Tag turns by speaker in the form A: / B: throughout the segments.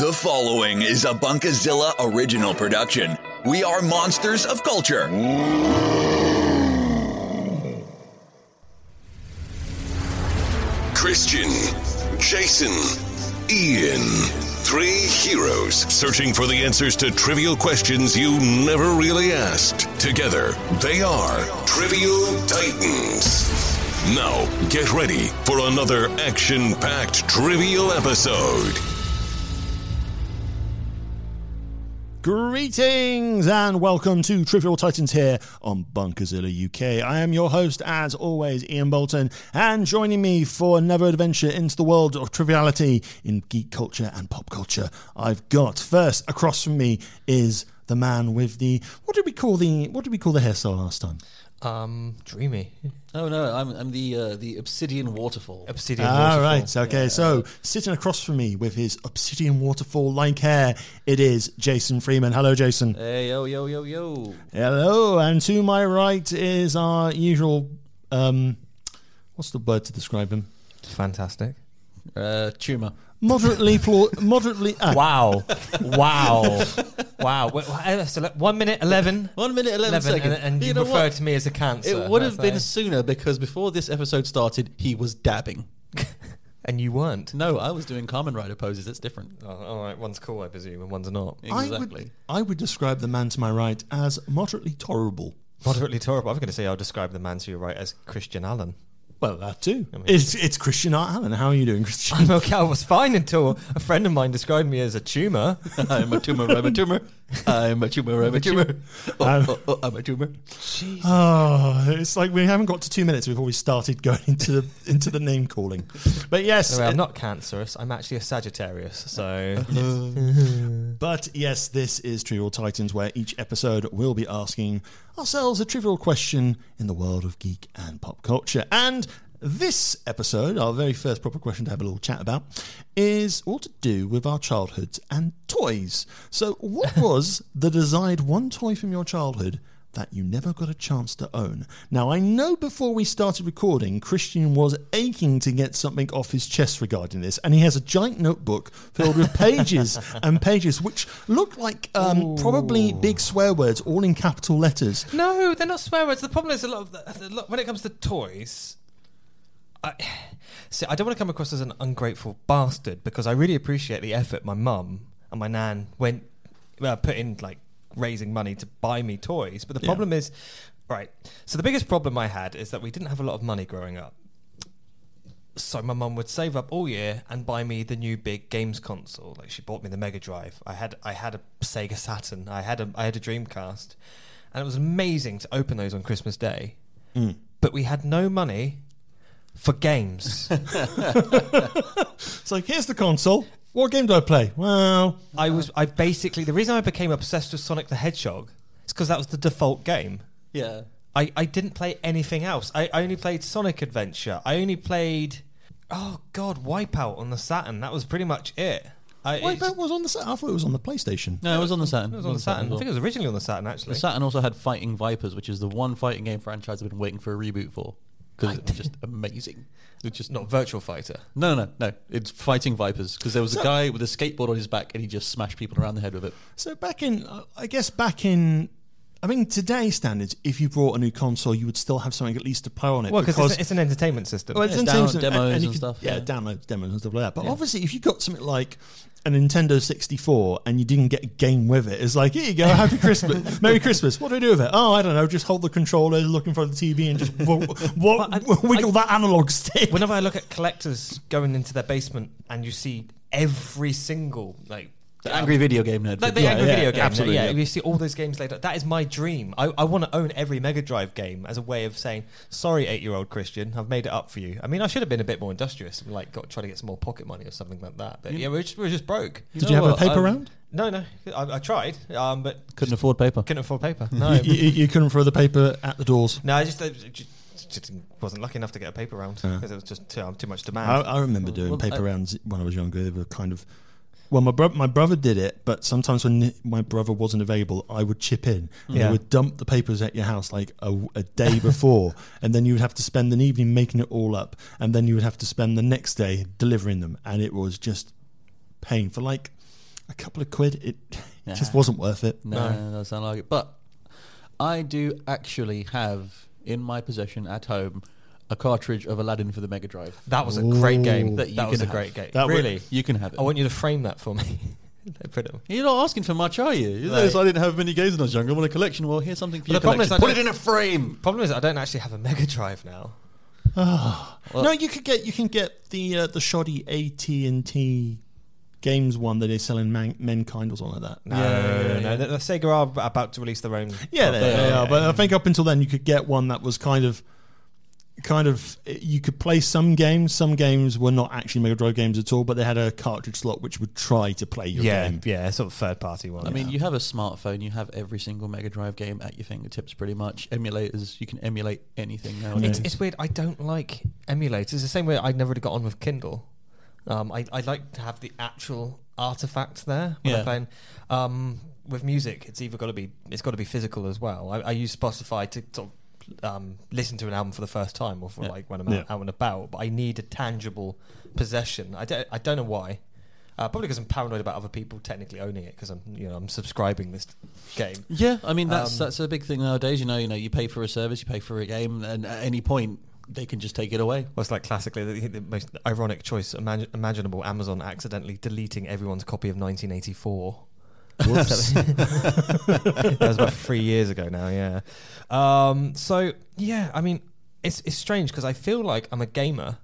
A: The following is a Bunkazilla original production. We are monsters of culture.
B: Christian, Jason, Ian. Three heroes searching for the answers to trivial questions you never really asked. Together, they are Trivial Titans. Now, get ready for another action packed trivial episode.
C: Greetings and welcome to Trivial Titans here on Bunkerzilla UK. I am your host, as always, Ian Bolton, and joining me for another adventure into the world of triviality in geek culture and pop culture, I've got first across from me is the man with the what did we call the what did we call the hairstyle last time?
D: Um, dreamy.
E: Oh no, I'm I'm the uh, the obsidian waterfall.
D: Obsidian.
E: Ah,
C: All Ah,
D: waterfall.
C: right, okay. So sitting across from me with his obsidian waterfall-like hair, it is Jason Freeman. Hello, Jason.
E: Hey yo yo yo yo.
C: Hello, and to my right is our usual. Um, what's the word to describe him?
D: Fantastic.
E: Uh, tumor.
C: Moderately, pla- moderately. ah,
D: Wow. wow. Wow. Wait, wha- uh, so le- one minute, 11.
E: One minute, eleven,
D: 11,
E: seconds.
D: and, and you,
E: know
D: refer
E: what?
D: to me as a cancer.
E: It would have
D: That's
E: been
D: like-
E: sooner because before this episode started, he was dabbing.
D: and you weren't.
E: No, I was doing Carmen Rider poses. That's different.
D: Oh, all right, one's cool, I presume, and one's not.
C: I
E: Exactly.
C: would, I would describe the man to my right as moderately tolerable.
D: Moderately terrible. I was going to say I'll describe the man to your right as Christian Allen.
C: Well, that too. It's it's Christian Art Allen. How are you doing, Christian?
D: I'm okay. I was fine until a friend of mine described me as a tumor.
E: I'm a tumor. I'm a tumor. I'm a tumor. I'm a tumor. Oh,
C: Um,
E: oh, oh, I'm a tumor.
C: Oh, it's like we haven't got to two minutes before we started going into the into the name calling. But yes,
D: Anyway, I'm not cancerous. I'm actually a Sagittarius. So
C: But yes, this is Trivial Titans, where each episode will be asking ourselves a trivial question in the world of geek and pop culture. And this episode, our very first proper question to have a little chat about, is all to do with our childhoods and toys. So, what was the desired one toy from your childhood? That you never got a chance to own. Now, I know before we started recording, Christian was aching to get something off his chest regarding this, and he has a giant notebook filled with pages and pages, which look like um, probably big swear words, all in capital letters.
D: No, they're not swear words. The problem is a lot of the, a lot, when it comes to toys. I, see, I don't want to come across as an ungrateful bastard because I really appreciate the effort my mum and my nan went well, put in like raising money to buy me toys. But the problem is, right. So the biggest problem I had is that we didn't have a lot of money growing up. So my mum would save up all year and buy me the new big games console. Like she bought me the Mega Drive. I had I had a Sega Saturn. I had a I had a Dreamcast, and it was amazing to open those on Christmas Day.
C: Mm.
D: But we had no money for games.
C: It's like, here's the console. What game do I play? Well,
D: I was I basically the reason I became obsessed with Sonic the Hedgehog is because that was the default game.
E: Yeah.
D: I, I didn't play anything else. I, I only played Sonic Adventure. I only played oh god Wipeout on the Saturn. That was pretty much it. I, it
C: wait,
D: just-
C: that was on the. I thought it was on the PlayStation.
E: No, it was on the Saturn.
D: it was on the Saturn. I
E: as
D: think it
E: well.
D: was originally on the Saturn actually.
E: The Saturn also had Fighting Vipers, which is the one fighting game franchise I've been waiting for a reboot for because it was just amazing. It's just
D: Not Virtual Fighter.
E: No, no, no. It's fighting vipers because there was a guy with a skateboard on his back and he just smashed people around the head with it.
C: So back in, uh, I guess back in, I mean today's standards, if you brought a new console, you would still have something at least to play on it.
D: Well, because it's, it's an entertainment system.
C: Well, it's
E: Yeah,
C: in
E: download
C: terms of
E: demos
C: you
E: and stuff,
C: Yeah,
E: yeah.
C: download demos and stuff like that. But obviously, if you got something like a Nintendo 64 and you didn't get a game with it, it's like, here you go, happy Christmas, Merry Christmas. What do I do with it? Oh, I don't know. Just hold the controller, look in front of the TV, and just w- w- wiggle that analog stick.
D: whenever I look at collectors going into their basement and you see every single like
E: The angry video game nerd.
D: Like the
E: video.
D: angry
C: yeah,
D: video game,
C: absolutely,
D: Yeah,
C: yeah.
D: you see all those games later. That is my dream. I, I want to own every Mega Drive game as a way of saying, "Sorry, eight-year-old Christian, I've made it up for you." I mean, I should have been a bit more industrious, and like got try to get some more pocket money or something like that. But yeah, we we're just, we we're just broke. um,
C: Did you have a
E: know what,
C: paper
E: I'm-
C: round?
D: No, no, I, I tried, um, but
E: Couldn't afford paper.
D: couldn't afford paper. No,
C: You, you, you couldn't throw the paper at the doors.
D: no, I just, I just just wasn't lucky enough to get a paper round because it was just too, um, too much demand.
C: I, I remember doing
E: Well,
C: paper
E: I-
C: rounds when I was younger. They were kind of well, my bro- my brother did it, but sometimes when my brother wasn't available, I would chip in. And They
D: Yeah.
C: would dump the papers at your house like a, a day before, and then you would have to spend an evening making it all up, and then you would have to spend the next day delivering them, and it was just painful. Like a couple of quid, it
E: Nah.
C: just wasn't worth it.
E: No, no, doesn't sound like it. But I do actually have in my possession at home a cartridge of Aladdin for the Mega Drive.
D: That was a great game.
E: That you
D: That, was a
E: can
D: great
E: have.
D: game.
C: That would-
D: really?
E: You can have it.
D: I want you to frame that for me. Put it-
E: You're not asking for much, are you? You know,
D: Right.
E: so I didn't have many games when I was younger. I want a collection. Well, here's something for
D: But
E: your
D: the problem is
E: collection. Put
D: I
E: it in a frame.
D: Problem is, I don't actually have a Mega Drive now.
C: no, you could get you can get the uh, the shoddy AT and T games one that they sell in man- Mankind or something like that.
D: No, Uh, no. The, the Sega are ab- about to release their own.
C: Yeah, they, they are. But I think up until then, you could get one that was kind of, kind of, you could play some games. Some games were not actually Mega Drive games at all, but they had a cartridge slot which would try to play your
D: Yeah,
C: game.
D: yeah, sort of third party one.
E: I mean, you have a smartphone. You have every single Mega Drive game at your fingertips, pretty much. Emulators. You can emulate anything
D: It's,
E: nowadays.
D: it's weird. I don't like emulators. It's the same way I never really got on with Kindle. Um, I, I like to have the actual artifact there when
E: Yeah.
D: I'm playing. Um, with music, it's either got to be it's got to be physical as well. I, I use Spotify to sort of, um, listen to an album for the first time, or for like when I'm out, out and about. But I need a tangible possession. I don't I don't know why. Uh, probably because I'm paranoid about other people technically owning it because I'm you know I'm subscribing this game.
E: Yeah, I mean that's that's a big thing nowadays. You know, you know, you pay for a service, you pay for a game, and at any point they can just take it away.
D: Well, it's like classically the, the most ironic choice imagin- imaginable Amazon accidentally deleting everyone's copy of 1984.
C: Whoops.
D: that was about three years ago now, yeah. Um, so, yeah, I mean, it's, it's strange because I feel like I'm a gamer,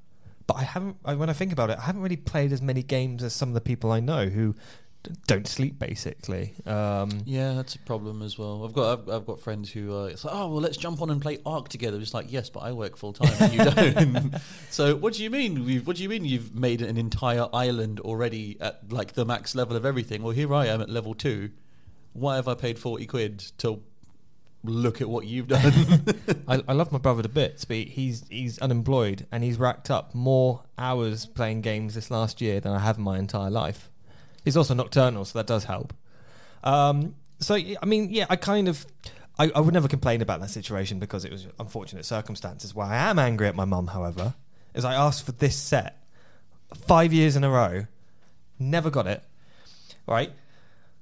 D: but I haven't, I, when I think about it, I haven't really played as many games as some of the people I know who d- don't sleep, basically. Um,
E: Yeah, that's a problem as well. I've got I've, I've got friends who are it's like, oh well, let's jump on and play Ark together. It's like yes, but I work full time and you don't. so what do you mean? We've, what do you mean you've made an entire island already at like the max level of everything? Well, here I am at level two. Why have I paid forty quid to look at what you've done?
D: I, I love my brother to bits, but he's he's unemployed and he's racked up more hours playing games this last year than I have in my entire life. He's also nocturnal, so that does help. Um, so y- I mean, yeah, I kind of. I, I would never complain about that situation because it was unfortunate circumstances. Where I am angry at my mum, however, is I asked for this set five years in a row, never got it. Right,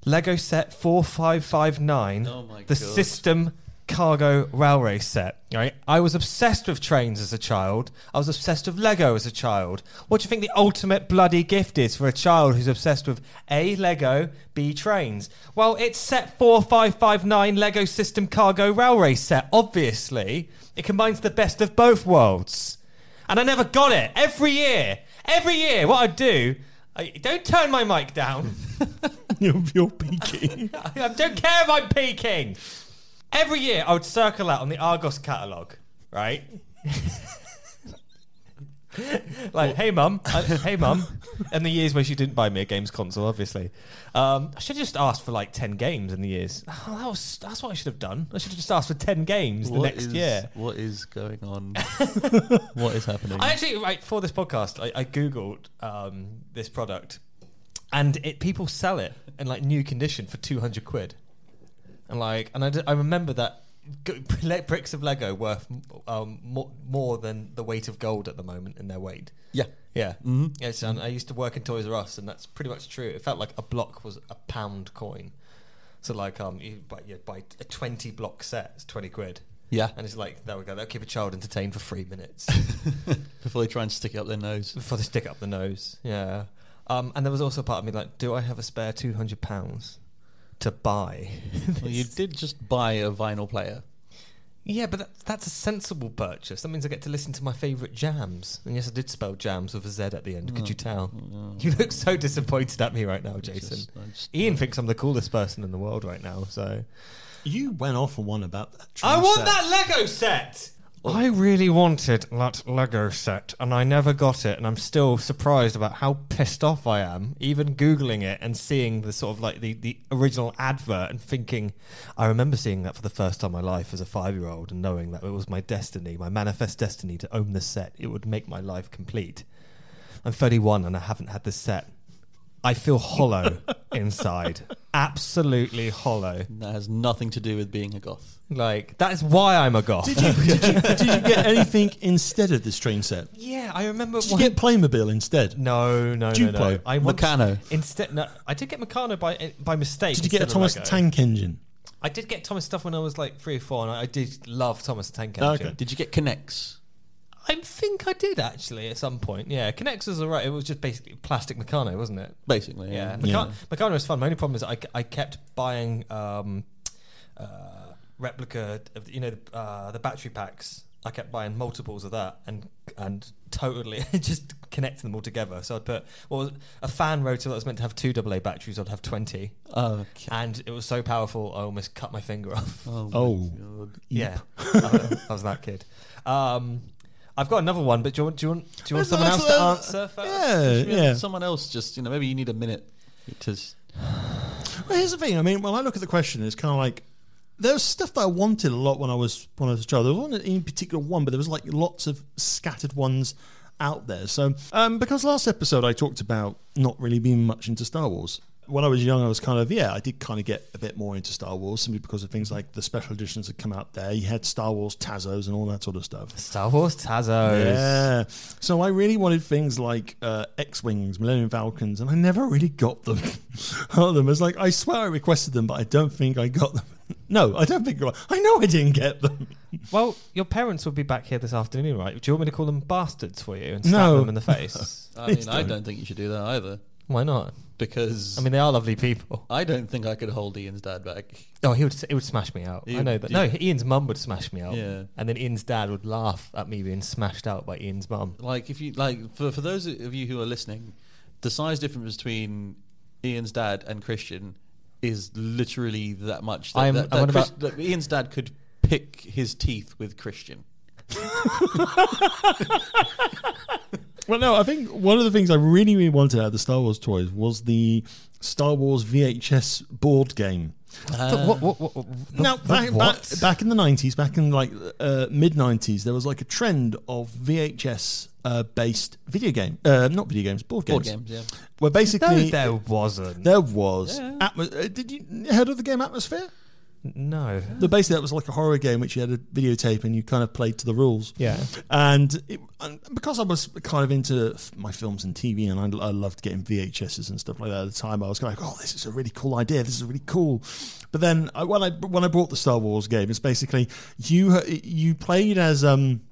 D: Lego set four five five nine.
E: Oh my
D: the
E: God.
D: system cargo railway set. Right, I was obsessed with trains as a child. I was obsessed with Lego as a child. What do you think the ultimate bloody gift is for a child who's obsessed with a Lego, b trains? Well, it's set four five five nine Lego system cargo railway set. Obviously, it combines the best of both worlds and I never got it. Every year, every year, what I'd do, I, don't turn my mic down.
C: you're, you're peaking.
D: I don't care if I'm peeking. Every year, I would circle out on the Argos catalogue, right? like, hey mum, I- hey mum. And the years where she didn't buy me a games console, obviously, um, I should have just asked for like ten games in the years. Oh, that was that's what I should have done. I should have just asked for ten games the
E: What
D: next
E: is-
D: year.
E: What is going on? what is happening?
D: I actually, right, for this podcast, I, I googled um, this product, and it people sell it in like new condition for two hundred quid, and like, and I, d- I remember that g- le- bricks of Lego worth um, more, more than the weight of gold at the moment in their weight.
E: yeah. Mm-hmm.
D: Yeah, Yes, and I used to work in Toys R Us, and that's pretty much true. It felt like a block was a pound coin. So like, um, you buy, you buy a twenty block set, it's twenty quid.
E: Yeah.
D: and it's like there we go. That'll keep a child entertained for three minutes.
E: Before they try and stick it up their nose.
D: before they stick it up the nose. Yeah. Um, and there was also a part of me like, do I have a spare two hundred pounds to buy?
E: Well, you did just buy a vinyl player.
D: yeah, but that, that's a sensible purchase. That means I get to listen to my favourite jams. And yes, I did spell jams with a Z at the end. Could you
E: Mm.
D: tell? You look so disappointed at me right now, Jason.
E: Just- I just-
D: Ian thinks I'm the coolest person in the world right now. So
C: you went off on one about that.
D: I
C: train
D: want
C: set.
D: that Lego set. I really wanted that Lego set, and I never got it, and I'm still surprised about how pissed off I am, even googling it and seeing the sort of like the, the original advert and thinking, I remember seeing that for the first time in my life as a five year old and knowing that it was my destiny, my manifest destiny to own the set. It would make my life complete. I'm 31 and I haven't had this set. I feel hollow inside. absolutely hollow.
E: That has nothing to do with being a goth.
D: Like that is why I'm a goth.
C: Did you, did, you, did you get anything instead of this train set?
D: yeah, I remember.
C: Did you
D: one-
C: get Playmobil instead?
D: no, no, no, no.
C: Duplo?
D: I once-
E: Meccano.
D: Instead, no, I did get Meccano by eh, by mistake.
C: Did you get a
D: instead of
C: Thomas the
D: Lego.
C: Tank Engine?
D: I did get Thomas stuff when I was like three or four, and I, I did love Thomas the Tank Engine.
C: Okay.
E: Did you get connects?
D: I think I did actually at some point. Yeah, Kinex was alright. It was just basically plastic Meccano, wasn't it?
E: Basically,
D: Yeah,
E: yeah.
D: Meccano, Meccano was fun. My only problem is I, I kept buying um, uh, replica, of, you know, the, uh, the battery packs. I kept buying multiples of that and and totally just connecting them all together. So I'd put well a fan rotor that was meant to have two AA batteries. I'd have twenty,
E: Okay.
D: and it was so powerful I almost cut my finger off.
E: Oh,
C: Oh.
D: Yeah, I was that kid. Um, I've got another one, but do you want do you want, do you want someone else
C: uh,
D: to answer first?
C: Yeah,
E: yeah.
C: yeah.
E: Someone else just, you know, maybe you need a minute to. s-
C: Well, here's the thing. I mean, when I look at the question, it's kind of like there's stuff that I wanted a lot when I was when I was a child. There wasn't any particular one, but there was like lots of scattered ones out there. So, um, because last episode I talked about not really being much into Star Wars. When I was young, I was kind of yeah, I did kind of get a bit more into Star Wars simply because of things like the special editions that come out there. You had Star Wars Tazos and all that sort of stuff.
D: Star Wars Tazos.
C: Yeah. So I really wanted things like uh, X Wings, Millennium Falcons, and I never really got them. got them. It's like, I swear I requested them, but I don't think I got them. No, I don't think I I know I didn't get them.
D: Well, your parents will be back here this afternoon, right? Do you want me to call them bastards for you and slap
C: No.
D: them in the face?
E: I mean,
C: Please
E: I
C: don't.
E: don't think you should do that either.
D: Why not?
E: Because
D: I mean, they are lovely people.
E: I don't think I could hold Ian's dad back.
D: Oh, he would it would smash me out. I
E: You-
D: know that. No, Ian's mum would smash me out.
E: Yeah.
D: And then Ian's dad would laugh at me being smashed out by Ian's mum.
E: Like, if you like, for for those of you who are listening, the size difference between Ian's dad and Christian is literally that much. That,
D: I'm-
E: that,
D: I'm
E: that
D: on
E: Chris-
D: about-
E: that Ian's dad could pick his teeth with Christian.
C: Well, no, I think one of the things I really, really wanted out of the Star Wars toys was the Star Wars VHS board game.
D: what, what, what, what-
C: Now,
D: what-
C: back, back,
D: what?
C: back in the 90s, back in like uh, mid 90s, there was like a trend of VHS uh, based video game, uh, not video games, board games.
E: Board games, yeah.
C: Where
D: No,
C: basically
D: there wasn't.
C: There was. Atmo- uh, did you heard of the game Atmosphere?
D: no.
C: The basically that was like a horror game which you had a videotape and you kind of played to the rules.
D: Yeah.
C: And, it, and because I was kind of into f- my films and TV and I, I loved getting VHSs and stuff like that at the time, I was kind of like, oh, this is a really cool idea. This is really cool. But then I, when I when I bought the Star Wars game, it's basically you uh, you played as um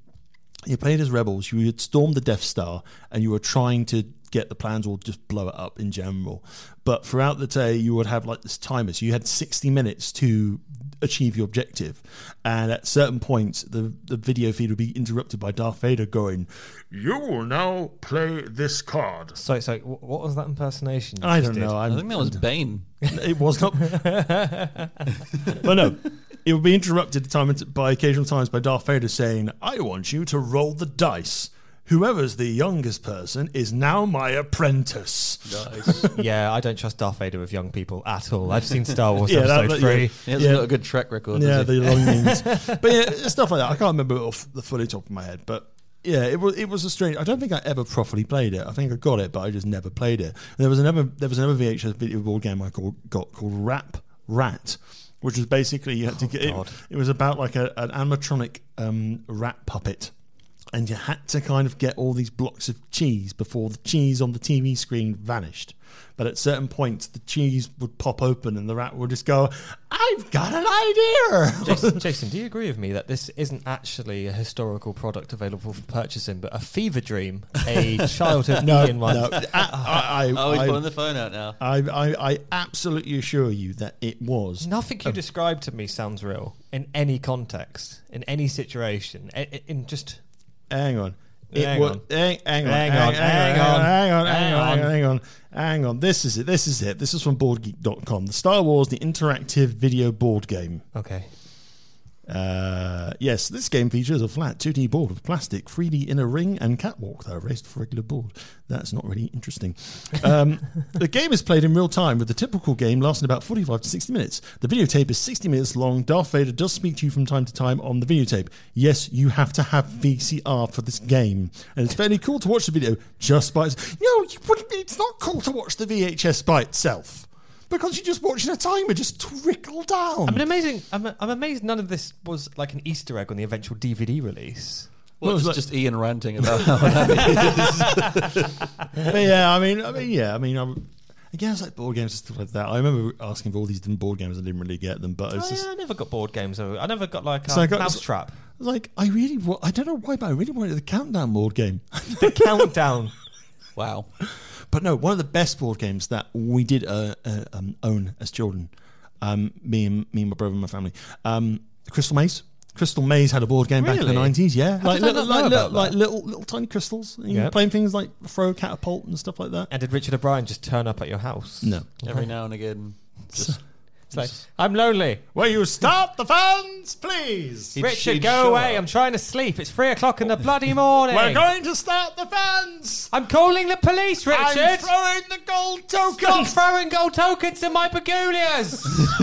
C: you played as rebels. You had stormed the Death Star, and you were trying to get the plans or just blow it up in general. But throughout the day, you would have like this timer. So you had sixty minutes to achieve your objective, and at certain points, the the video feed would be interrupted by Darth Vader going, "You will now play this card."
D: So, so wh- what was that impersonation? you
C: I
D: just
C: don't
D: did?
C: know.
E: I
C: I'm,
E: think that was Bane.
C: it was not. but no, it would be interrupted time and- by occasional times by Darth Vader saying, "I want you to roll the dice. Whoever's the youngest person is now my apprentice."
D: Yeah, I don't trust Darth Vader with young people at all. I've seen Star Wars
C: Yeah, that-
D: Episode
C: that- yeah.
D: Three.
E: He hasn't got a good track record.
C: yeah,
E: does he?
C: the long names. but yeah, stuff like that. I can't remember it off the fully top of my head, but. Yeah, it was it was a strange. I don't think I ever properly played it. I think I got it, but I just never played it. And there was another there was another VHS video board game I called, got called Rap Rat, which was basically you had to get it,
D: God.
C: it was about like a, an animatronic um, rat puppet, and you had to kind of get all these blocks of cheese before the cheese on the TV screen vanished. But at certain points, the cheese would pop open, and the rat would just go, "I've got an idea."
D: Jason, Jason, do you agree with me that this isn't actually a historical product available for purchasing, but a fever dream, a childhood
C: No,
D: Ian one?
C: no. I, I, I,
E: Oh, he's
C: I-
E: pulling the phone out now.
C: I, I, I absolutely assure you that it was.
D: Nothing you described to me sounds real in any context, in any situation, i- i- in just.
C: Hang on. It
D: Hang
C: wa-
D: on.
C: Hang, hang on.
D: Hang on,
C: Hang on.
D: hang on,
C: Hang on.
D: hang
C: Hang on.
D: on.
C: Hang on. Hang on. This is it. This is it. This is from BoardGeek.com. The Star Wars, the interactive video board game.
D: Okay.
C: Uh, yes, this game features a flat 2D board of plastic, 3D in a ring, and catwalk that are raised off a regular board. That's not really interesting. Um, the game is played in real time, with the typical game lasting about 45 to 60 minutes. The videotape is 60 minutes long. Darth Vader does speak to you from time to time on the videotape. Yes, you have to have VCR for this game, and it's fairly cool to watch the video just by. its- No, you wouldn't be- it's not cool to watch the VHS by itself. because you're just watching a timer just trickle down.
D: I'm amazing. I'm, I'm amazed none of this was like an Easter egg on the eventual DVD release.
E: Well,
C: Well,
E: it's
C: it's
E: just Ian ranting about how
C: But yeah, I mean, I mean, yeah, I mean, I'm, again, it's like board games and stuff like that. I remember asking for all these different board games, I didn't really get them, but it's
D: Oh,
C: just
D: yeah, I never got board games. though. I never got like a
C: So I got-
D: mousetrap
C: like I really, wa- I don't know why, but I really wanted the countdown board game.
D: countdown.
E: wow.
C: But no, one of the best board games that we did uh, uh, um, own as children, um, me and me and my brother and my family, um, Crystal Maze. Crystal Maze had a board game back in the
D: Really?
C: nineties. Yeah, like
D: did I
C: little,
D: not know
C: like, little,
D: about
C: like
D: that?
C: little little tiny crystals. and You
D: Yeah.
C: playing things like throw catapult and stuff like that.
D: And did Richard O'Brien just turn up at your house?
C: No,
E: Every now and again, just
D: It's like, I'm lonely.
C: will you stop the fans, please?
E: He'd-
D: Richard,
E: she'd
D: go
E: show
D: away.
E: up.
D: I'm trying to sleep. It's three o'clock in the bloody morning.
C: to stop the fans.
D: I'm calling the police, Richard.
C: throwing the gold
D: Stop throwing gold tokens in my begonias.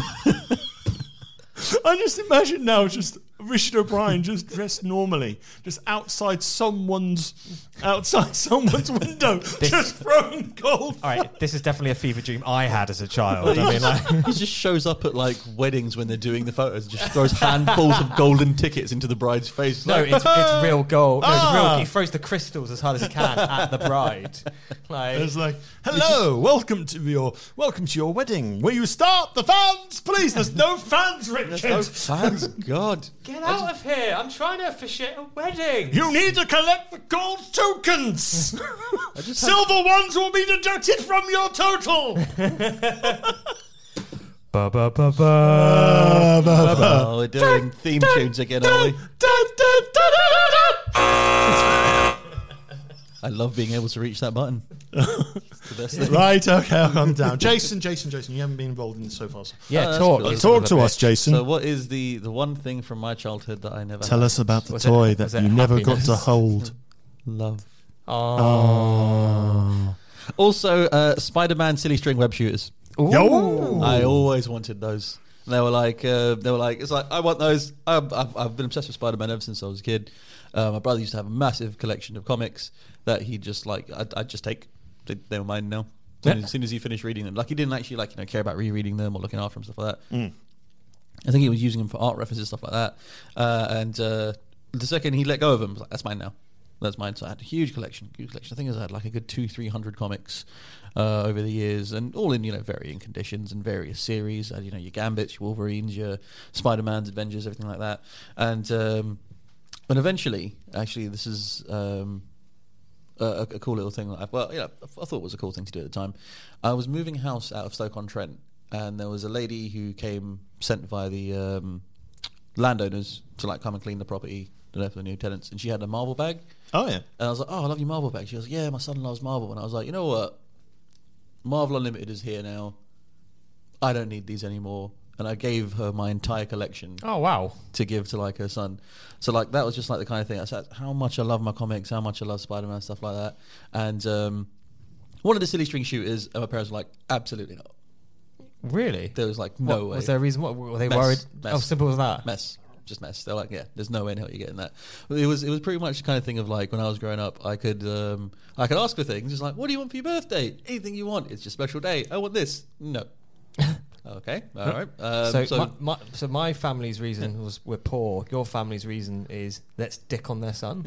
C: I just imagine now just Richard O'Brien just dressed normally, just outside someone's outside someone's window, just throwing gold.
D: All right, this is definitely a fever dream I had as a child. I mean, like,
E: he just shows up at like weddings when they're doing the photos, and just throws handfuls of golden tickets into the bride's face.
D: no,
E: Like,
D: it's, it's real gold. No, it's
C: Ah.
D: real. He throws the crystals as hard as he can at the bride. Like,
C: It's like, hello, welcome to your welcome to your wedding. Will you start the fans, please? There's no fans, Richard.
E: oh, fans, God.
D: get out of here! I'm trying to officiate a wedding.
C: You need to collect the gold tokens. Silver ones will be deducted from your total.
D: Ba ba ba ba.
E: Oh, we're doing theme tunes again, are we? I love being able to reach that button. It's the best thing.
C: right, okay, I'll calm down. Jason, Jason, Jason, you haven't been involved in this so far. So.
D: Yeah,
E: that's
D: talk.
E: good.
C: Talk to us, Jason.
E: So, what is the the one thing from my childhood that I never
C: Tell
E: had?
C: us about the
D: Was it-
C: toy that
D: was it
C: you never got to
D: happiness?
C: hold.
E: Love.
D: Oh.
C: Ah.
E: Also, uh, Spider-Man silly string web shooters.
C: Yo!
E: I always wanted those. And they were like, uh, they were like, it's like I want those. I've, I've, I've been obsessed with Spider Man ever since I was a kid. Uh, my brother used to have a massive collection of comics that he just like, I'd, I'd just take. They, they were mine now. As soon,
D: Yeah.
E: as soon as he finished reading them, like he didn't actually like you know care about rereading them or looking after them stuff like that. I think he was using them for art references stuff like that. Uh, and uh, the second he let go of them, I was like, that's mine now. That's mine. So I had a huge collection. Huge collection. I think I had like a good two, three hundred comics uh, over the years, and all in you know varying conditions and various series. I had, you know your Gambits, your Wolverines, your Spider Man's Avengers, everything like that. And um, and eventually, actually, this is um, a, a a cool little thing. That I, well, yeah, I thought it was a cool thing to do at the time. I was moving house out of Stoke on Trent, and there was a lady who came sent by the um, landowners to like come and clean the property you know, for the new tenants, and she had a marble bag.
C: Oh yeah.
E: And I was like, "Oh, I love your marble bag." She goes, "Yeah, my son loves marble." And I was like, "You know what? Marvel Unlimited is here now. I don't need these anymore." And I gave her my entire collection
D: Oh wow.
E: to give to like her son. So like that was just like the kind of thing. I said how much I love my comics, how much I love Spider Man stuff like that. And um, one of the silly string shooters, and my parents were like, absolutely not.
D: Really?
E: There was like no
D: What-
E: way.
D: Was there a reason? What were they
E: Mess.
D: worried?
E: Mess.
D: Oh, simple as that.
E: mess. Just mess. They're like, yeah, there's no way in hell you're getting that. But it was it was pretty much the kind of thing of like when I was growing up, I could um, I could ask for things. It's like, what do you want for your birthday? Anything you want. It's your special day. I want this. No. okay. All right. Um,
D: so, my, my, so my family's reason was we're poor. Your family's reason is let's dick on their son.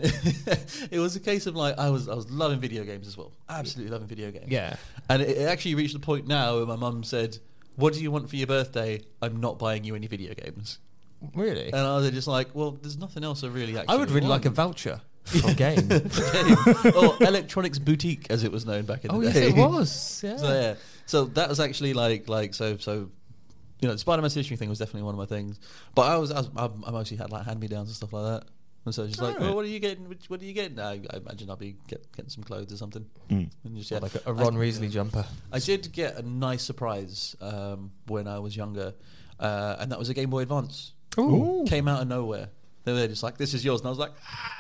E: it was a case of like I was I was loving video games as well. Absolutely loving video games.
D: Yeah.
E: And it, it actually reached the point now where my mum said, "What do you want for your birthday? I'm not buying you any video games."
D: really?
E: And I was just like, "Well, there's nothing else I really actually
D: I would really like a
E: want."
D: voucher for a game.
E: or electronics boutique as it was known back in
D: oh
E: the
D: yes,
E: day.
D: it was. Yeah.
E: So yeah, so that was actually like like so so, you know, the Spider-Man history thing was definitely one of my things. But I was I, was, I, I mostly had like hand-me-downs and stuff like that. And so it's just
D: Oh.
E: like, well, what are you getting? Which, what are you getting? I, I imagine I'll be get, getting some clothes or something. And just, yeah.
D: Hmm. Like a, a Ron
E: I-
D: Reesley jumper.
E: I did get a nice surprise um, when I was younger, uh, and that was a Game Boy Advance.
D: Ooh.
E: Came out of nowhere. They were just like, "This is yours," and I was like, "Ah."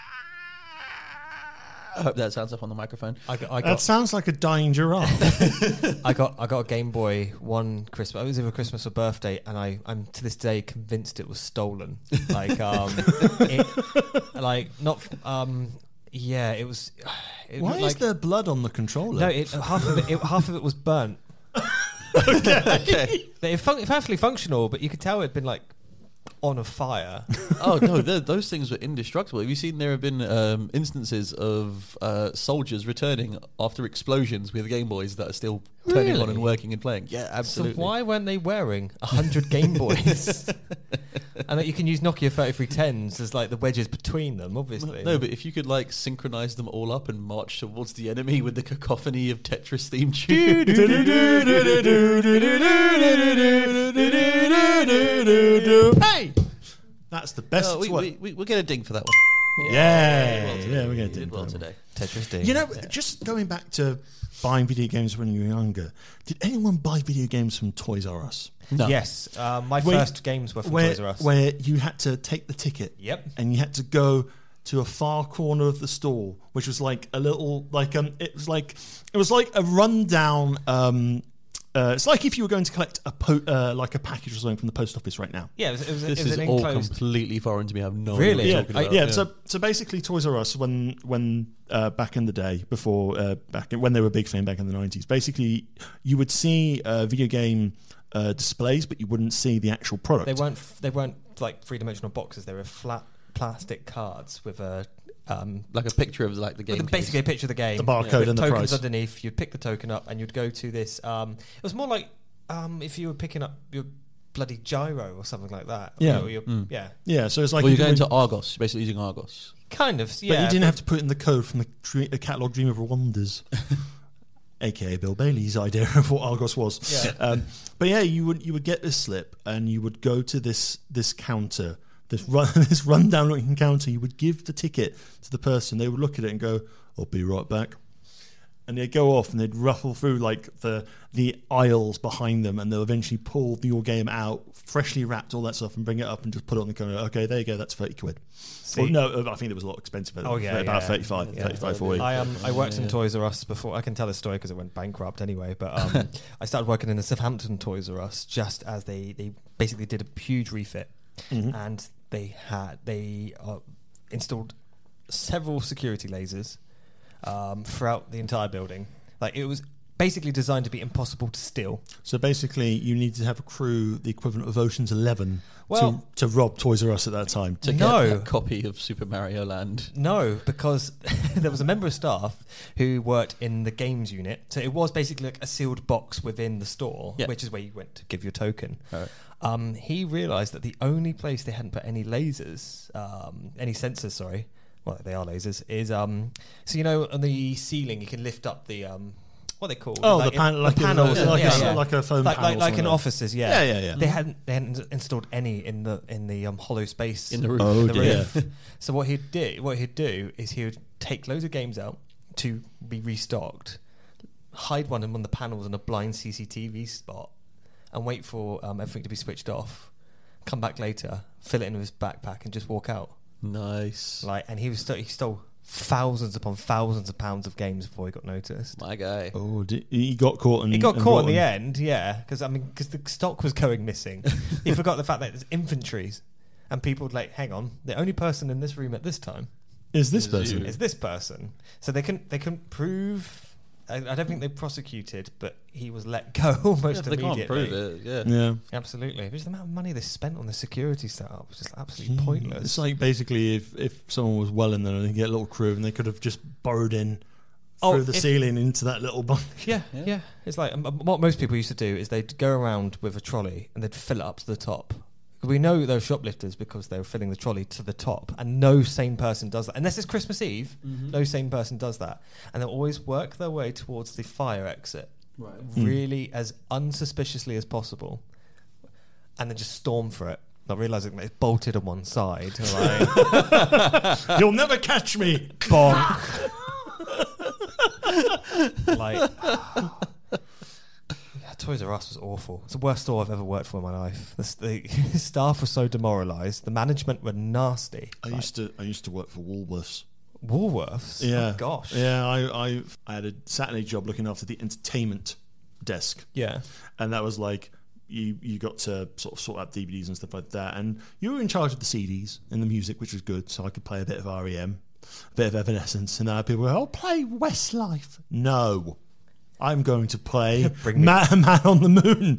E: "I hope that sounds up on the microphone."
D: I got, I
C: That
D: got,
C: sounds like a dying giraffe.
D: I got, I got a Game Boy one Christmas. It was either Christmas or birthday, and I, I'm to this day convinced it was stolen. Like, um, it, like not, um, yeah, it was. It
C: Why
D: looked
C: is
D: like-
C: there blood on the controller?
D: No, it, half of it, it, half of it was burnt.
E: okay.
D: They're fun- perfectly functional, but you could tell it'd been like on a fire.
E: Oh no, th- those things were indestructible. Have you seen? There have been um, instances of uh, soldiers returning after explosions with Game Boys that are still turning on
D: Really?
E: and working and playing. Yeah,
D: so
E: absolutely.
D: why weren't they wearing hundred Game Boys? and that you can use Nokia 3310s as like the wedges between them, obviously.
E: No, but if you could like synchronize them all up and march towards the enemy with the cacophony of Tetris themed tunes.
C: Hey! That's the best
E: Uh, we,
C: one.
E: we, we, we'll get a ding for that one.
C: yeah, yeah, we're going
E: You
C: to do
E: did well
C: that.
E: today.
D: Tetris D.
C: You know, just going back to buying video games when you were younger, did anyone buy video games from Toys R Us?
E: No.
D: Yes, uh, my
C: Where-
D: first games were from
C: where,
D: Toys R Us.
C: Where you had to take the ticket.
D: Yep.
C: And you had to go to a far corner of the store, which was like a little like um it was like it was like a rundown um uh, it's like if you were going to collect a po- uh, like a package or something from the post office right now.
D: yeah, it was, it was, it
E: This
D: was
E: is
D: an
E: all
D: enclosed.
E: completely foreign to me. I have no
D: Really?
E: idea
C: yeah,
E: what you're
C: I-
E: talking
C: yeah.
E: about.
C: So, so basically, Toys R Us, when when uh, back in the day, before uh, back in, when they were a big thing back in the nineties, basically you would see uh, video game uh, displays, but you wouldn't see the actual product.
D: They weren't. f- They weren't like three-dimensional boxes. They were flat plastic cards with a um,
E: like a picture of like the game.
D: with a-
E: case.
D: basically a picture of the game,
C: The barcode
D: with
C: and the
D: tokens
C: price.
D: underneath. You'd pick the token up, and you'd go to this. Um, it was more like um, if you were picking up your bloody gyro or something like that.
C: Yeah. Mm.
D: Or your- yeah,
C: Yeah, so it's like
E: Well,
C: you
E: you're going
C: would-
E: to Argos. You're basically using Argos.
D: kind of.
C: But
D: Yeah,
C: you didn't have to put in the code from the, dre- the catalog Dream of Wonders, aka Bill Bailey's idea of what Argos was.
D: Yeah.
C: Um, but yeah, you would you would get this slip and you would go to this this counter, this run this rundown looking counter. You would give the ticket to the person. They would look at it and go, "I'll be right back." And they'd go off and they'd ruffle through like the the aisles behind them, and they'll eventually pull your game out, freshly wrapped, all that stuff, and bring it up and just put it on the counter. Okay, there you go. That's thirty quid. Well, no, uh, I think it was a lot expensive.
D: Oh, yeah,
C: about
D: yeah.
C: 35, 35, 40.
D: I um I worked in Toys R Us before. I can tell this story because it went bankrupt anyway. But um, I started working in the Southampton Toys R Us just as they they basically did a huge refit, and they had they uh, installed several security lasers um, throughout the entire building. Like it was basically designed to be impossible to steal.
C: so basically, you needed to have a crew the equivalent of Ocean's Eleven
D: Well- Mm.
C: to, to rob Toys R Us at that time.
E: To
D: No.
E: get that copy of Super Mario Land.
D: No, because there was a member of staff who worked in the games unit. So it was basically like a sealed box within the store,
E: Yeah.
D: which is where you went to give your token. Um, he realised that the only place they hadn't put any lasers, um, any sensors, sorry, well, they are lasers, is um, so you know, on the ceiling, you can lift up the. Um, what are they called?
C: Oh, the pan- like a- like a- like a foam
D: like,
C: panel
D: like, like in
C: somewhere.
D: offices, yeah,
C: Yeah, yeah, yeah.
D: They hadn't they hadn't installed any in the in the um, hollow space
E: In the roof.
C: Oh,
D: the
C: dear.
D: roof. So what he'd do, what he'd do is he would take loads of games out to be restocked, hide one of them on the panels in a blind CCTV spot, and wait for um, everything to be switched off. Come back later, fill it in with his backpack, and just walk out.
E: Nice.
D: Like, and he was st- he stole thousands upon thousands of pounds of games before he got noticed.
E: My guy.
C: Oh, di- he got caught and
D: He got
C: and
D: caught in
C: rotten.
D: the end, yeah, because I mean, because the stock was going missing. he forgot the fact that there's inventories, and people were like, hang on, the only person in this room at this time
C: Is this person?
E: you.
D: is this person. So they couldn't they couldn't prove. I, I don't think they prosecuted, but he was let go
E: Yeah,
D: almost
E: they
D: immediately.
E: can't prove it. Yeah.
C: Yeah.
D: Absolutely, because the amount of money they spent on the security setup was just absolutely pointless.
C: It's like basically if, if someone was well in there and they get a little crew and they could have just burrowed in
D: Oh,
C: through the
D: if-
C: ceiling into that little bunk.
D: Yeah, yeah. It's like um, um, what most people used to do is they'd go around with a trolley and they'd fill it up to the top. We know those shoplifters because they were filling the trolley to the top, and no sane person does that. Unless it's Christmas Eve, no sane person does that. And they'll always work their way towards the fire exit, right. really as unsuspiciously as possible, and then just storm for it, not realizing that it's bolted on one side. Like,
C: You'll never catch me.
D: bonk. like, yeah, Toys R Us was awful. It's the worst store I've ever worked for in my life. The, s- the staff were so demoralised. The management were nasty.
C: I used to I used to work for Woolworths.
D: Woolworths.
C: Yeah.
D: Oh, gosh.
C: Yeah, I, I I had a Saturday job looking after the entertainment desk.
D: Yeah.
C: and that was like you you got to sort of sort out DVDs and stuff like that, and you were in charge of the CDs and the music, which was good. So I could play a bit of E REM, a bit of Evanescence, and now people were, "I'll play Westlife." "Oh, No, I'm going to play
D: Bring me-
C: Ma- Man on the Moon.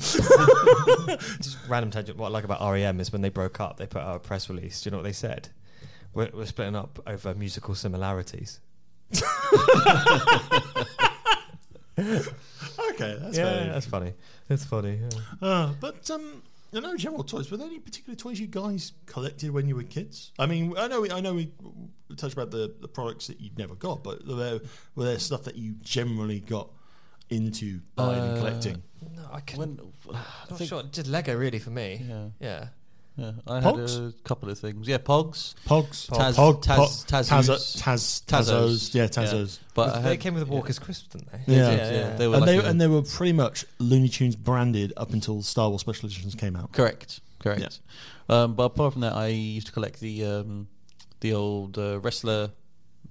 D: Just random tangent. What I like about REM is when they broke up, they put out a press release. Do you know what they said? We're, we're splitting up over musical similarities.
C: okay, that's
D: yeah,
C: fair.
D: that's funny. That's funny. yeah.
C: Uh, but um, I know general toys. Were there any particular toys you guys collected when you were kids? I mean, I know, we, I know, we touched about the, the products that you never got, but were there, were there stuff that you generally got into buying and collecting?
D: No, I can.
E: When,
D: I'm not sure. Just Lego, really, for me. Yeah. Yeah.
E: yeah, I had
C: Pogs?
E: a couple of things. Yeah, Pogs.
C: Pogs,
E: Taz-
C: Pog-
E: Taz-
C: Pog-
E: Tazos.
C: Tazza- Taz, Tazos, yeah, Tazos.
E: But I
D: they
E: had,
D: came with a Walker's crisp, didn't they?
C: Yeah.
E: yeah, yeah, they were
C: and
E: like
C: they
E: a-
C: and they were pretty much Looney Tunes branded up until Star Wars Special Editions came out.
E: Correct. Correct. Um, but apart from that, I used to collect the um, the old uh, wrestler,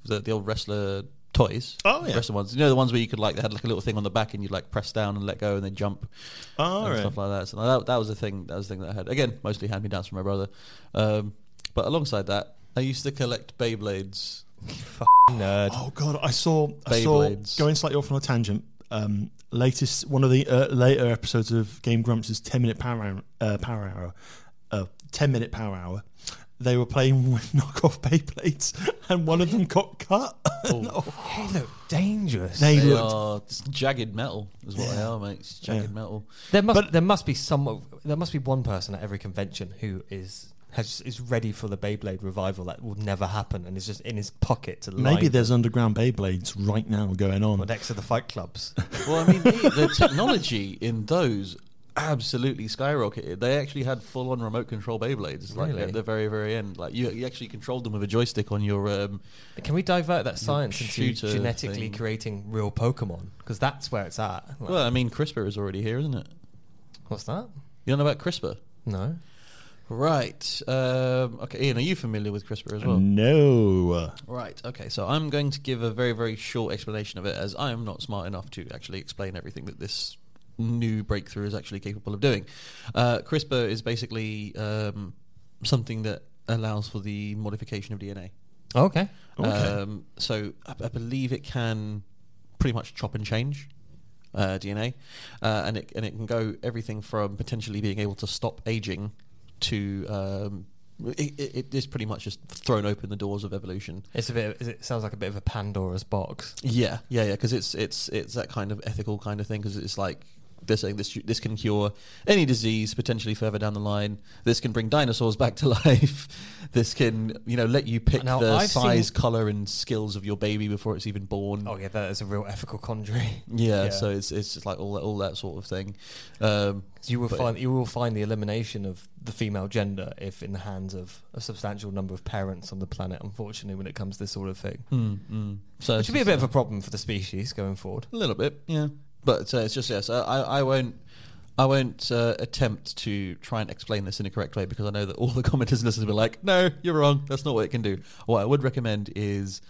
E: the, the old wrestler toys.
C: Oh, yeah.
E: wrestler ones. You know the ones where you could like they had like a little thing on the back and you'd like press down and let go and then jump
C: Oh,
E: and stuff like that. So that that was the thing. That was the thing that I had. Again, mostly hand me downs from my brother. Um, but alongside that, I used to collect Beyblades.
D: Nerd.
C: Oh god, I saw I saw
E: Beyblades.
C: going slightly off on a tangent. Um, latest one of the uh, later episodes of Game Grumps is ten minute power hour, uh, power hour, uh, ten minute power hour. They were playing with knockoff Beyblades, and one of them got cut.
D: Hey, look, dangerous.
C: they
E: They
C: looked
E: are it's jagged metal, is what they are, mate. It's jagged
C: Yeah.
E: metal.
D: There must there must be some there must be one person at every convention who is has is ready for the Beyblade revival that will never happen and is just in his pocket to
C: maybe
D: line
C: there's underground Beyblades right now going on.
D: next to the fight clubs.
E: Well, I mean, the, the technology in those absolutely skyrocketed. They actually had full-on remote control Beyblades, like
D: Really?
E: at the very, very end. Like you, you actually controlled them with a joystick on your. Um,
D: Can we divert that science into
E: shooter
D: genetically
E: thing.
D: creating real Pokemon? Because that's where it's at. Like,
E: well, I mean, CRISPR is already here, isn't it?
D: what's that?
E: You don't know about CRISPR,
D: No.
E: right? Um, okay, Ian, are you familiar with CRISPR as well?
C: No,
E: Right. Okay. So I'm going to give a very, very short explanation of it, as I am not smart enough to actually explain everything that this new breakthrough is actually capable of doing. Uh, CRISPR is basically um, something that allows for the modification of DNA.
D: Oh, Okay.
E: Um, so I, I believe it can pretty much chop and change uh, DNA, uh, and it and it can go everything from potentially being able to stop aging to um, it, it, it is pretty much just thrown open the doors of evolution.
D: It's a bit. Of, it sounds like a bit of a Pandora's box.
E: Yeah, yeah, yeah. Because it's it's it's that kind of ethical kind of thing. Because it's like they're saying this this can cure any disease potentially further down the line. This can bring dinosaurs back to life. this can you know let you pick
D: Now,
E: the
D: I've
E: size,
D: seen-
E: color, and skills of your baby before it's even born.
D: Oh yeah, that is a real ethical quandary.
E: Yeah,
D: Yeah.
E: so it's it's just like all that all that sort of thing. Um,
D: You will
E: But-
D: find you will find the elimination of the female gender if in the hands of a substantial number of parents on the planet. Unfortunately, when it comes to this sort of thing,
E: Hmm. so
D: which would be a bit of a problem for the species going forward.
E: A little bit, yeah. But uh, it's just yes. I, I I won't I won't uh, attempt to try and explain this in a correct way because I know that all the commenters and listeners will be like, "No, you're wrong. That's not what it can do." What I would recommend is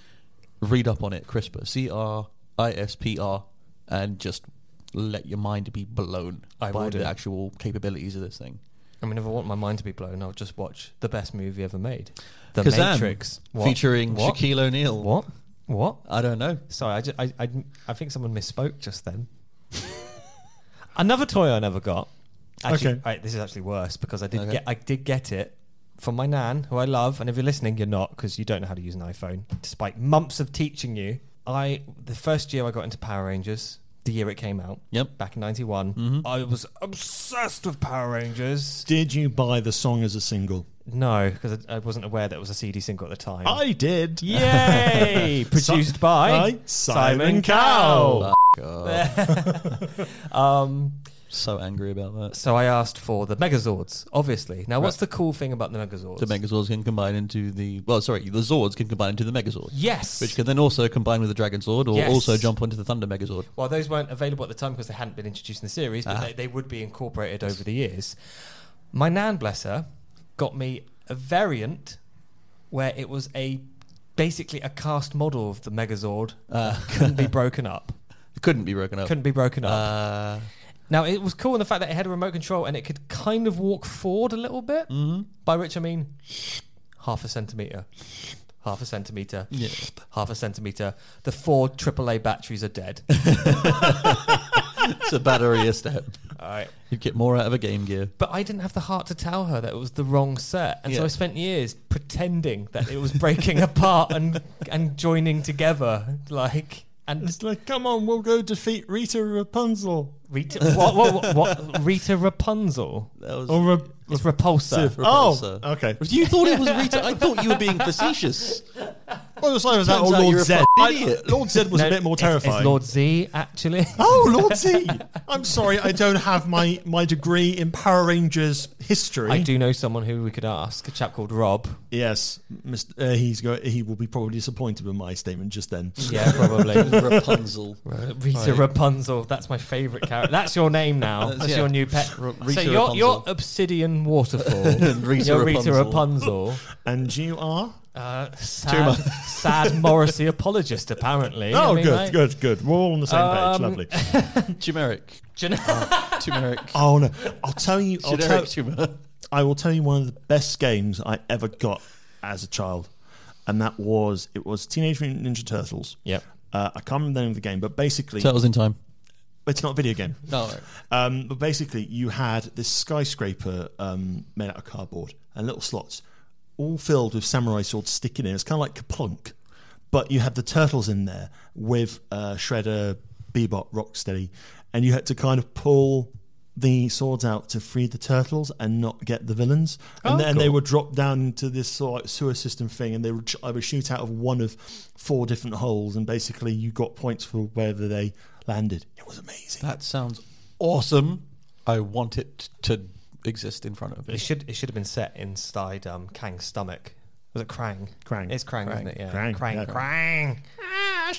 E: read up on it. CRISPR, C R I S P R, and just let your mind be blown
D: I
E: by
D: will do.
E: the actual capabilities of this thing.
D: I mean, if I want my mind to be blown, I'll just watch the best movie ever made, The
E: Kazam,
D: Matrix, What?
E: featuring
D: what?
E: Shaquille O'Neal.
D: What? What?
E: I don't know.
D: Sorry, I, ju- I, I, I think someone misspoke just then. Another toy I never got. Actually,
C: Okay.
D: right, this is actually worse because I did
E: Okay.
D: get I did get it from my nan, who I love. And if you're listening, you're not because you don't know how to use an iPhone, despite months of teaching you. I the first year I got into Power Rangers, the year it came out.
E: Yep.
D: back in '91, I was obsessed with Power Rangers.
C: did you buy the song as a single?
D: No, because I, I wasn't aware that it was a CD single at the time.
C: I did.
D: Yay! Produced by,
C: by Simon Cowell.
E: So angry about
D: Um,
E: that.
D: So I asked for the Megazords, obviously. Now, what's the cool thing about the Megazords?
E: The Megazords can combine into the well, sorry, the Zords can combine into the Megazord.
D: yes.
E: which can then also combine with the Dragon Sword, or
D: Yes.
E: also jump onto the Thunder Megazord.
D: well, those weren't available at the time because they hadn't been introduced in the series,
E: Ah.
D: but they, they would be incorporated over the years. My nan, bless her, got me a variant where it was a basically a cast model of the Megazord.
E: Ah.
D: couldn't be broken up.
E: It couldn't be broken up.
D: Couldn't be broken up.
E: Uh,
D: Now it was cool in the fact that it had a remote control and it could kind
E: Mm-hmm.
D: of walk forward a little bit, by which I mean half a centimeter, half a centimeter, half a centimeter. The four AAA batteries are dead.
E: it's a battery a step.
D: All right.
E: You'd get more out of a Game Gear.
D: But I didn't have the heart to tell her that it was the wrong set, and so
E: Yeah.
D: I spent years pretending that it was breaking apart and and joining together, like and
C: It's like, come on, we'll go defeat Rita Rapunzel.
D: Rita what, what, what, what Rita Rapunzel
E: That was.
C: Or
D: it's Repulsor.
C: Oh,
E: Repulsor.
C: okay.
E: You thought it was Rita. I thought you were being facetious.
C: Well, it's like it was that
E: Turns
C: old
E: out
C: Lord
E: you're a
C: Z.
E: fucking
C: I-
E: idiot.
C: Lord Z was
D: No,
C: a bit more
D: it's- it's
C: terrifying.
D: Lord Z actually.
C: Oh, Lord Z! I'm sorry, I don't have my, my degree in Power Rangers history.
D: I do know someone who we could ask, a chap called Rob.
C: Yes, Mr. Uh, he's go- he will be probably disappointed with my statement just then.
D: Yeah, probably.
E: Rapunzel.
D: Rita Rapunzel. That's my favourite character. That's your name now.
E: That's-
D: That's
E: yeah.
D: your new pet.
E: R-
D: so
E: Rita
D: you're, you're
E: Rapunzel.
D: Obsidian Waterfall.
E: Rita
D: you're Rita
E: Rapunzel.
D: Rapunzel.
C: And you are?
D: Uh, sad, sad Morrissey apologist, apparently.
C: Oh,
D: I mean,
C: good,
D: like,
C: good, good. We're all on the same page.
D: Um,
C: Lovely.
E: Turmeric.
D: Gen-
E: Turmeric.
C: Oh no! I'll tell you. I'll tell,
E: Generic tumour.
C: I will tell you one of the best games I ever got as a child, and that was it was Teenage Mutant Ninja Turtles.
D: Yep.
C: Uh, I can't remember the name of the game, but basically,
E: Turtles in time.
C: it's not a video game.
E: No.
C: Um, but basically, you had this skyscraper um, made out of cardboard and little slots, all filled with samurai swords sticking in. It's kind of like Kaplunk, but you had the turtles in there with uh, Shredder, Bebop, Rocksteady, and you had to kind of pull the swords out to free the turtles and not get the villains. And
D: Oh,
C: then they
D: cool.
C: would drop down to this sort of sewer system thing, and they would I would shoot out of one of four different holes, and basically you got points for wherever they landed. It was amazing.
E: That sounds awesome. I want it to exist in front of
D: it
E: me.
D: should it should have been set inside um, Kang's stomach. Was it Krang?
C: Krang.
D: It's Krang, isn't it? Yeah.
C: Krang,
D: Krang.
C: yeah.
D: Krang. Ah,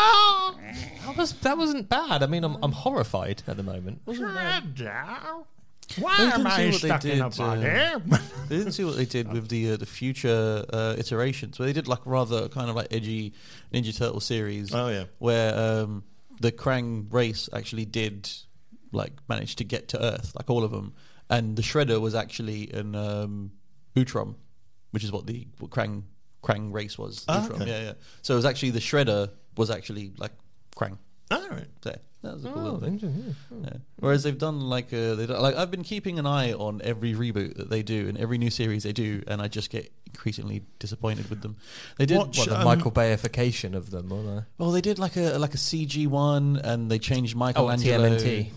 D: Shredder! That was that wasn't bad. I mean, I'm I'm horrified at the moment.
C: Why
E: didn't am see I what they stuck in a did, uh, They didn't see what they did with the uh, the future uh, iterations, where they did like rather kind of like edgy Ninja Turtle series.
C: Oh, yeah.
E: where um, the Krang race actually did like manage to get to Earth, like all of them, and the Shredder was actually an um, Utrom, which is what the what Krang Krang race was.
C: Ah,
E: Utrom,
C: okay.
E: yeah, yeah. So it was actually the Shredder was actually like Krang.
C: All right.
E: So that was a cool
D: Ah.
E: little thing. Yeah. Whereas they've done like uh, they don't, like I've been keeping an eye on every reboot that they do and every new series they do, and I just get increasingly disappointed with them. They did
C: Watch-
E: well,
D: What, the
C: Um,
D: Michael Bayification of them, or the
E: well, they did like a like a CG one, and they changed
D: Oh,
E: Michelangelo.
D: TMNT.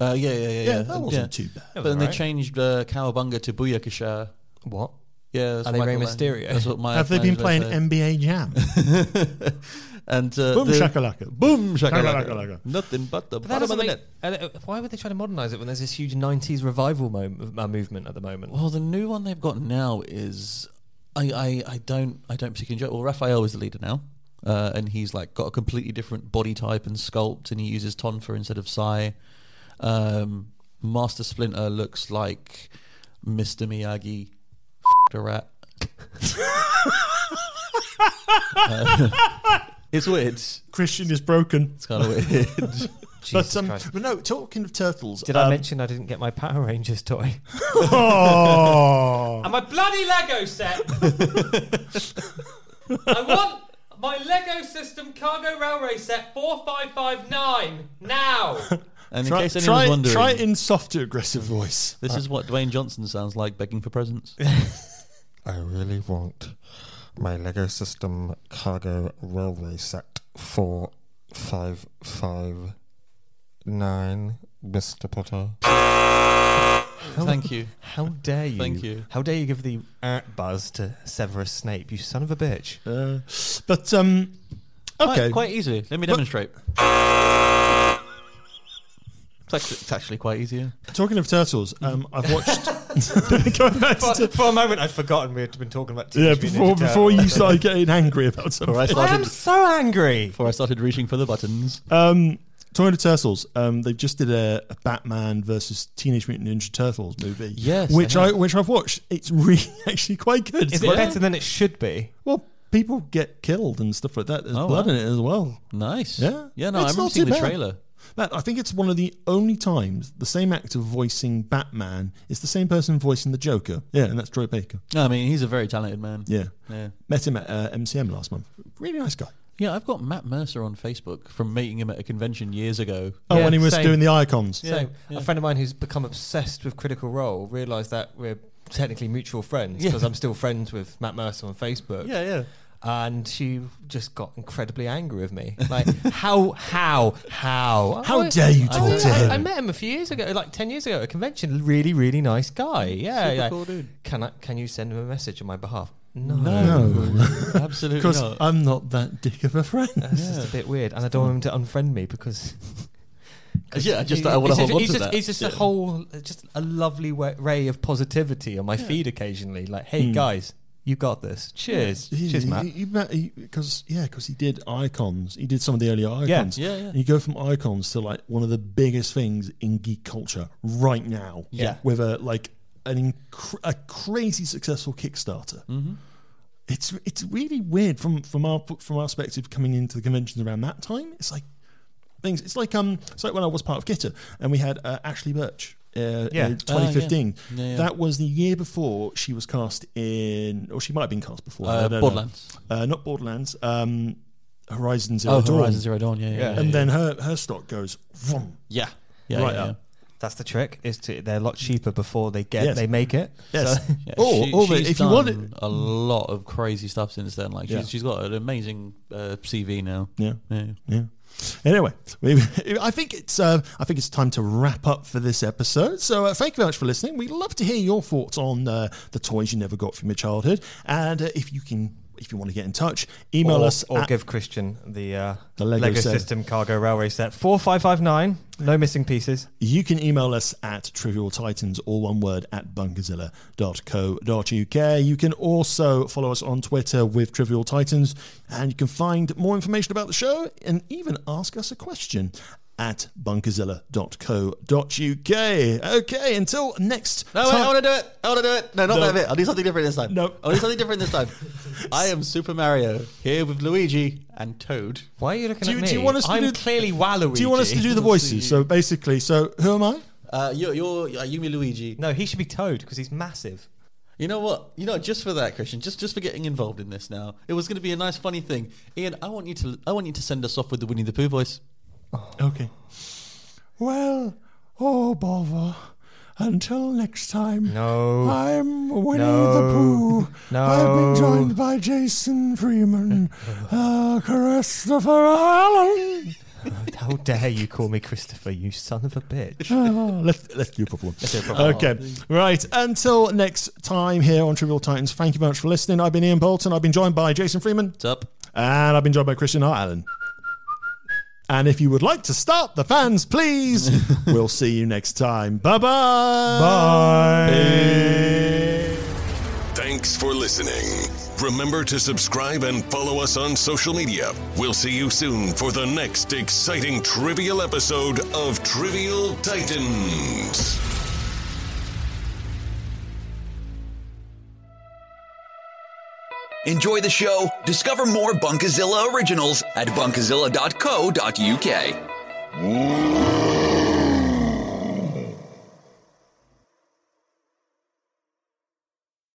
E: Uh, yeah, yeah, yeah, yeah.
C: Yeah, that wasn't too bad.
E: But then they
D: alright.
E: changed uh, Cowabunga to Booyakasha.
D: what?
E: Yeah, that's
D: Are
E: what
D: they Rey
E: Michelang-
D: Mysterio?
E: That's what my
C: Have they been playing NBA Jam?
E: and uh,
C: Boom
E: the-
C: shakalaka.
E: boom
C: Shakalaka,
E: shakalaka,
C: shakalaka.
E: nothing but the
D: But that
E: bottom of
D: doesn't
E: the
D: make,
E: net.
D: uh, why would they try to modernise it when there's this huge '90s revival mo- uh, movement at the moment?
E: Well, the new one they've got now is I, I, I don't I don't particularly enjoy. Well, Raphael is the leader now, uh, and he's like got a completely different body type and sculpt, and he uses tonfa instead of psi. Um, Master Splinter looks like Mr Miyagi, f***ed a rat. Uh, it's weird. It's
C: Christian is broken.
E: kind of weird.
D: Jesus
C: But, um,
D: Christ.
C: but no, talking of turtles.
D: Did I
C: um,
D: mention I didn't get my Power Rangers toy?
C: Oh,
D: and my bloody Lego set. I want my Lego system cargo railway set 4559 now.
E: And in
C: try,
E: case anyone's
C: try,
E: wondering,
C: try it in softer, aggressive voice.
F: Uh,
E: this is what Dwayne Johnson sounds like begging for presents.
F: I really want my Lego System Cargo Railway Set for five five nine, Mr. Potter.
E: Thank you.
D: How dare you?
E: Thank you.
D: How dare you give the art buzz to Severus Snape, you son of a bitch.
C: Uh, but um, okay.
E: Quite, quite easily. Let me demonstrate. It's actually, it's actually quite easy.
C: Talking of turtles, um, I've watched. going back to
D: For, for a moment, I'd forgotten we had been talking about
C: yeah,
D: Teenage Mutant
C: before before
D: Ninja
C: you
D: Turtles.
C: started getting angry about something.
E: Before I
D: I am
E: started,
D: so angry.
E: before I started reaching for the buttons.
F: Uh,
C: Um, Talking of Turtles, um, they just did a, a Batman versus Teenage Mutant Ninja Turtles movie.
E: Yes, they
C: which I
E: have.
C: which I've watched. It's really actually quite good.
D: Is
C: It's
D: it
C: like-
D: better than it should be?
C: well, people get killed and stuff like that. There's
E: Oh,
C: blood
E: wow.
C: in it as well.
E: Nice.
C: Yeah.
E: Yeah, no,
C: It's
E: I remember
C: not
E: seeing
C: too
E: the
C: bad.
E: trailer.
C: That I think it's one of the only times the same actor voicing Batman is the same person voicing the Joker. Yeah, and that's Troy Baker.
E: No, I mean he's a very talented man.
C: Yeah,
E: Yeah.
C: met him at uh, MCM last month. Really nice guy.
E: Yeah, I've got Matt Mercer on Facebook from meeting him at a convention years ago.
C: Oh,
D: Yeah,
C: and he was
D: same.
C: doing the icons.
D: So a friend of mine who's become obsessed with Critical Role realised that we're technically mutual friends because I'm still friends with Matt Mercer on Facebook.
E: Yeah, yeah.
D: And she just got incredibly angry with me. Like, how, how, how,
C: How dare you
D: I-
C: talk
D: I,
C: to
D: I-
C: him.
D: I met him a few years ago, like ten years ago, at a convention. Really, really nice guy. Yeah,
E: Super
D: yeah.
E: cool dude.
D: Can I? Can you send him a message on my behalf? No,
E: absolutely
C: Oh, Because
E: not.
C: I'm not that dick of a friend.
D: It's just a bit weird, and I don't want him to unfriend me because
E: yeah, I just
D: He-
E: I want
D: he's
E: to hold
D: just- he's just,
E: on to that.
D: He's just
E: yeah.
D: a whole, just a lovely wa- ray of positivity on my feed occasionally. Like, hey
C: Hmm.
D: guys, you got this. Cheers, cheers, Matt.
C: Because yeah, because he did icons. He did some of the earlier icons.
E: yeah, yeah.
C: And you go from icons to like one of the biggest things in geek culture right now.
E: Yeah.
C: With a like an incr a crazy successful Kickstarter.
E: Mm-hmm.
C: It's it's really weird from from our from our perspective coming into the conventions around that time. It's like things. It's like um. It's like when I was part of Gitter and we had uh, Ashley Birch. Uh,
D: Yeah.
C: yeah,
D: Ah, yeah.
C: 2015.
E: Oh, Yeah, yeah.
C: That was the year before she was cast in, or she might have been cast before. I
E: Uh,
C: don't know.
E: Borderlands.
C: Uh, not Borderlands. Um, Horizon Zero
E: Oh,
C: Dawn.
E: Horizon Zero Dawn. Yeah, yeah. yeah,
C: And then her her stock goes vroom.
E: yeah, yeah,
C: Right
E: yeah,
C: up.
D: um, That's the trick. Is to they're a lot cheaper before they get
C: Yes.
D: they make it.
C: Yes.
D: So-
E: yeah.
C: Or,
E: She-
C: or the-
E: she's
C: if you want it,
E: done a lot of crazy stuff since then. Like she's,
C: Yeah.
E: she's got an amazing uh, CV now.
C: yeah,
E: Yeah.
C: yeah. Anyway, we, I think it's uh, I think it's time to wrap up for this episode. So uh, thank you very much for listening. We'd love to hear your thoughts on uh, the toys you never got from your childhood, and uh, if you can, if you want to get in touch, email
D: or,
C: us
D: or
C: at-
D: give Christian the, uh,
C: The Lego
D: Lego,
C: set.
D: System Cargo Railway set four five five nine. No missing pieces.
C: You can email us at Trivial Titans, all one word, at bunkerzilla.co.uk. You can also follow us on Twitter with Trivial Titans, and you can find more information about the show and even ask us a question at bunkerzilla.co.uk. Okay, until next
E: No, wait,
C: time.
E: I want to do it. I want to do it. No, not
C: No.
E: that bit. I'll do something different this time.
C: No.
E: I'll do something different this time. I am Super Mario here with Luigi and Toad.
D: Why are you looking
C: Do
D: at
C: you-
D: me?
C: do you want us to
D: I'm
C: do-
D: clearly Waluigi.
C: do you want us to do the voices? So basically, so who am I?
E: Uh, you're, you're uh, Yumi Luigi.
D: No, he should be Toad because he's massive.
E: You know what? You know, just for that, Christian, just just for getting involved in this now, it was going to be a nice, funny thing. Ian, I want you to I want you to send us off with the Winnie the Pooh voice.
C: Okay. Well, oh bother. Until next time.
D: No.
C: I'm Winnie
D: No.
C: the Pooh.
D: No.
C: I've been joined by Jason Freeman, uh, Christopher Allen.
D: How dare you call me Christopher? You son of a bitch.
C: Oh, let's, let's do a proper one. Okay. Right. Until next time here on Trivial Titans, thank you very much for listening. I've been Ian Bolton. I've been joined by Jason Freeman.
E: What's up?
C: And I've been joined by Christian R. Allen. And if you would like to start the fans, please, we'll see you next time. Bye-bye. Bye.
B: Thanks for listening. Remember to subscribe and follow us on social media. We'll see you soon for the next exciting trivial episode of Trivial Titans.
A: Enjoy the show. Discover more Bunkazilla originals at bunkazilla.co.uk.